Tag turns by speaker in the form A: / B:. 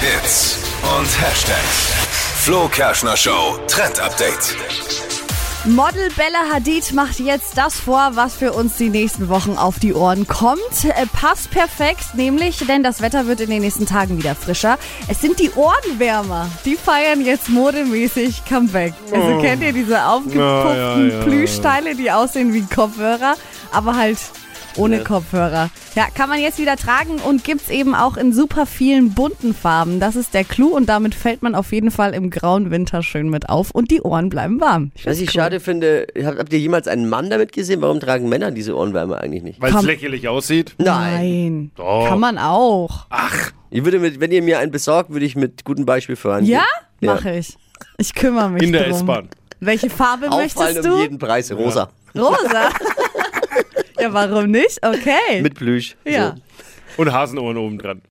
A: Hits und Hashtags. Flo Kerschner Show Trend Update.
B: Model Bella Hadid macht jetzt das vor, was für uns die nächsten Wochen auf die Ohren kommt. Äh, passt perfekt, nämlich, denn das Wetter wird in den nächsten Tagen wieder frischer. Es sind die Ohrenwärmer. Die feiern jetzt modemäßig Comeback. Also kennt ihr diese aufgepufften Plüschteile, die aussehen wie Kopfhörer, aber halt ohne Kopfhörer. Ja, kann man jetzt wieder tragen und gibt's eben auch in super vielen bunten Farben. Das ist der Clou und damit fällt man auf jeden Fall im grauen Winter schön mit auf und die Ohren bleiben warm.
C: Was ich schade finde, habt, habt ihr jemals einen Mann damit gesehen? Warum tragen Männer diese Ohrenwärme eigentlich nicht?
D: Weil
B: Komm.
D: es lächerlich aussieht.
B: Nein.
D: Doch.
B: Kann man auch.
C: Ich würde mit, wenn ihr mir einen besorgt, würde ich mit gutem Beispiel vorangehen.
B: ja?
C: Ja.
B: Mache ich. Ich kümmere mich
D: In der
B: drum.
D: S-Bahn.
B: Welche Farbe
C: Auffallen
B: möchtest du?
C: um jeden Preis, rosa.
B: Rosa. ja, warum nicht? Okay.
C: Mit Plüsch.
B: ja.
C: So.
D: Und Hasenohren oben dran.